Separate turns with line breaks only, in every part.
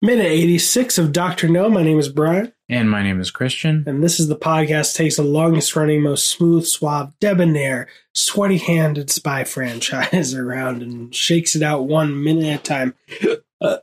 Minute 86 of Dr. No. My name is Brian,
And my name is Christian.
and this is the podcast takes the longest running, most smooth, suave, debonair, sweaty handed spy franchise around and shakes it out one minute at a time. Uh,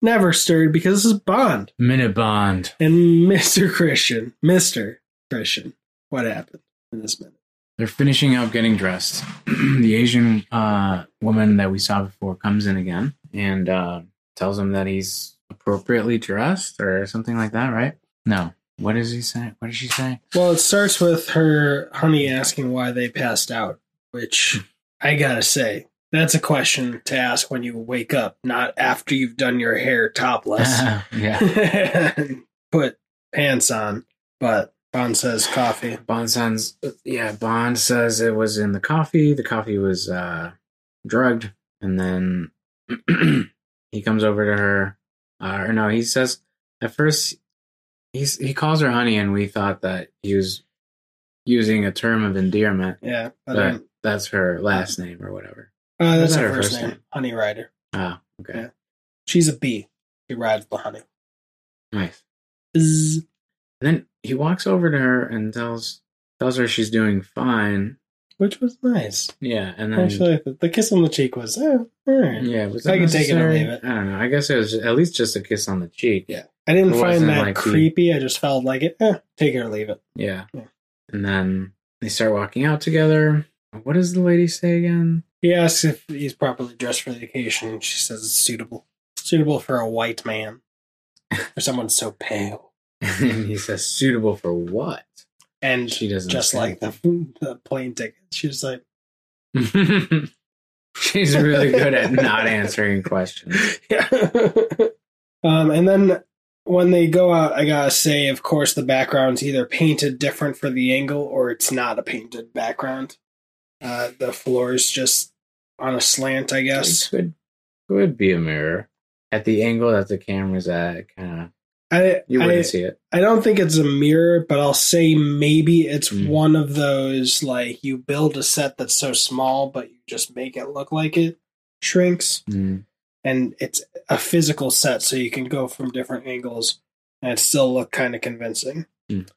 never stirred because this is Bond
Minute Bond.
and Mr. Christian. Mr. Christian. What happened in this minute?
They're finishing up getting dressed. the Asian uh, woman that we saw before comes in again and uh, tells him that he's appropriately dressed or something like that, right? No. What does he say? What does she say?
Well, it starts with her honey asking why they passed out, which I gotta say, that's a question to ask when you wake up, not after you've done your hair topless
yeah.
and put pants on. But Bond says coffee.
Bond sounds. Yeah. Bond says it was in the coffee. The coffee was uh, drugged, and then he comes over to her. Uh, or no, he says at first he's he calls her honey, and we thought that he was using a term of endearment,
Yeah, but,
but
um,
that's her last name or whatever.
uh,
was
that's
that
her
her
first
first
name,
name?
Honey Rider.
Oh, okay,
Yeah. She's a bee. She rides the honey.
nice.
Bzzz.
And then he walks over to her and tells tells her she's doing fine.
Which was nice.
Yeah, and then
Actually, the, the kiss on the cheek was, eh, all right.
Yeah, was
I
that
can take it or
necessary?
leave it.
I don't know. I guess it was at least just a kiss on the cheek.
Yeah. I didn't
It
find
wasn't
that
like the-
creepy. I just felt like it, eh, take it or leave it.
Yeah.
Yeah.
And then they start walking out together. What does the lady say again?
He asks if he's properly dressed for the occasion. She says it's suitable. Suitable for a white man. For someone so pale.
and he says, "Suitable for what?"
And
She doesn't.
just
say.
like the, the plane ticket. She was like,
She's really good at not answering questions.
yeah. um, and then when they go out, I gotta say, of course, the background's either painted different for the angle or it's not a painted background. Uh, the floor's just on a slant, I guess.
It could could be a mirror at the angle that the camera's at. Kind of
I,
you
I,
wouldn't see it.
I don't think it's a mirror, but I'll say maybe it's
Mm.
one of those like you build a set that's so small, but you just make it look like it shrinks,
Mm.
and it's a physical set, so you can go from different angles and it still look kind of convincing.
Mm.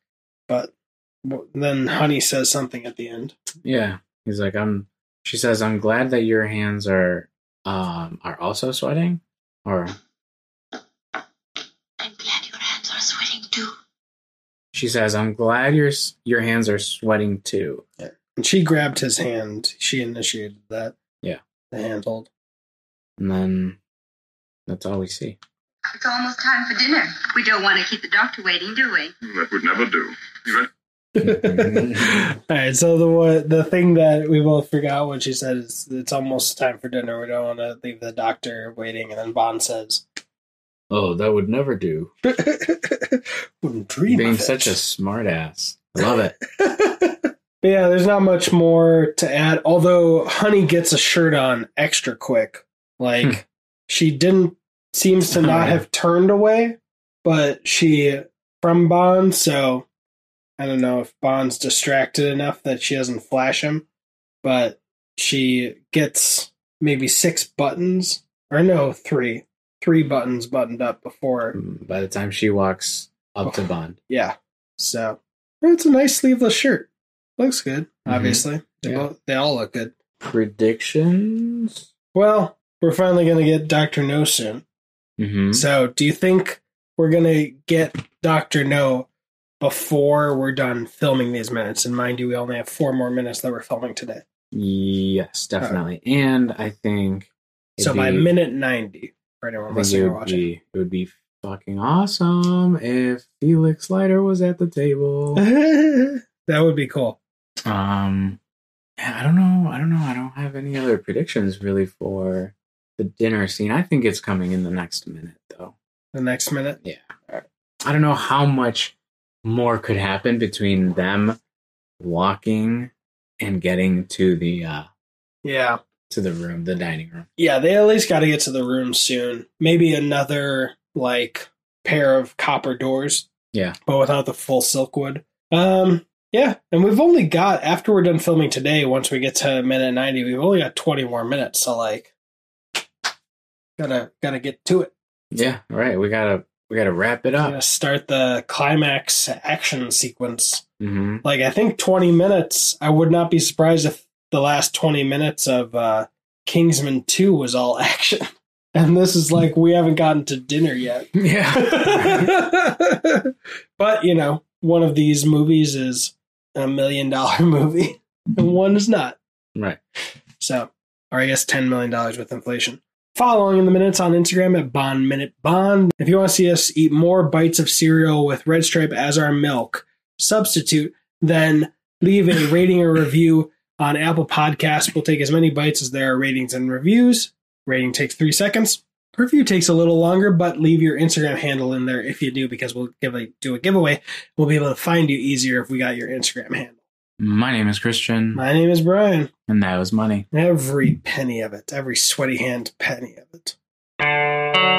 But w- then Honey says something at the end.
Yeah. He's like, "I'm." She says, "I'm glad that your hands are um are also sweating." Or
I'm glad your hands are sweating too.
She says, "I'm glad your your hands are sweating too."
And she grabbed his hand. She initiated that.
Yeah.
The handhold.
And then that's all we see.
It's almost time for dinner. We don't want to keep the doctor waiting, do we?
That would never do.
All right, so the what the thing that we both forgot what she said is it's almost time for dinner. We don't want to leave the doctor waiting, and then Bond says,
Oh, that would never do.
"Wouldn't dream
Being
of
such a
it."
smartass, I love it.
But yeah, there's not much more to add. Although Honey gets a shirt on extra quick,
Hmm.
like she didn't seems to not have turned away, but she from Bond. So I don't know if Bond's distracted enough that she doesn't flash him, but she gets maybe six buttons or no three three buttons buttoned up before
By the time she walks up to Bond,
yeah. So it's a nice sleeveless shirt. Looks good, obviously. They,
Mm-hmm. Yeah.
both, they all look good.
predictions.
Well, we're finally going to get Dr. No soon.
Mm-hmm.
So do you think we're going to get Dr. No before we're done filming these minutes? And mind you, we only have four more minutes that we're filming today.
Yes, definitely. And I think
so
it'd
by
be-
minute 90, for anyone
I think it
listening or
would
watching.
be it would be fucking awesome if Felix Leiter was at the table.
that would be cool.
Um, yeah, I don't know. I don't know. I don't have any other predictions really for the dinner scene. I think it's coming in the next minute, though.
The next minute.
I don't know how much more could happen between them walking and getting to the uh
Yeah.
to the room, the dining room.
Yeah, they at least got to get to the room soon. Maybe another like pair of copper doors.
Yeah.
but without the full silkwood. Um, yeah, and we've only got after we're done filming today. Once we get to minute ninety, we've only got twenty more minutes. So like, gotta gotta get to it.
Yeah, all right. We gotta we gotta wrap it
I'm
up.
gonna start the climax action sequence.
Mm-hmm.
Like I think twenty minutes. I would not be surprised if the last twenty minutes of uh, Kingsman Two was all action, and this is like we haven't gotten to dinner yet.
Yeah.
but you know, one of these movies is a million dollar movie, and one is not.
Right.
So, or I guess $10 million with inflation. Following in the minutes on Instagram at Bond Minute Bond. If you want to see us eat more bites of cereal with Red Stripe as our milk substitute, then leave a rating or review on Apple Podcasts. We'll take as many bites as there are ratings and reviews. Rating takes three seconds. Review takes a little longer, but leave your Instagram handle in there if you do, because we'll give a, do a giveaway. We'll be able to find you easier if we got your Instagram handle.
My name is Christian,
My name is Brian.
and that was money.
Every penny of it, every sweaty hand penny of it.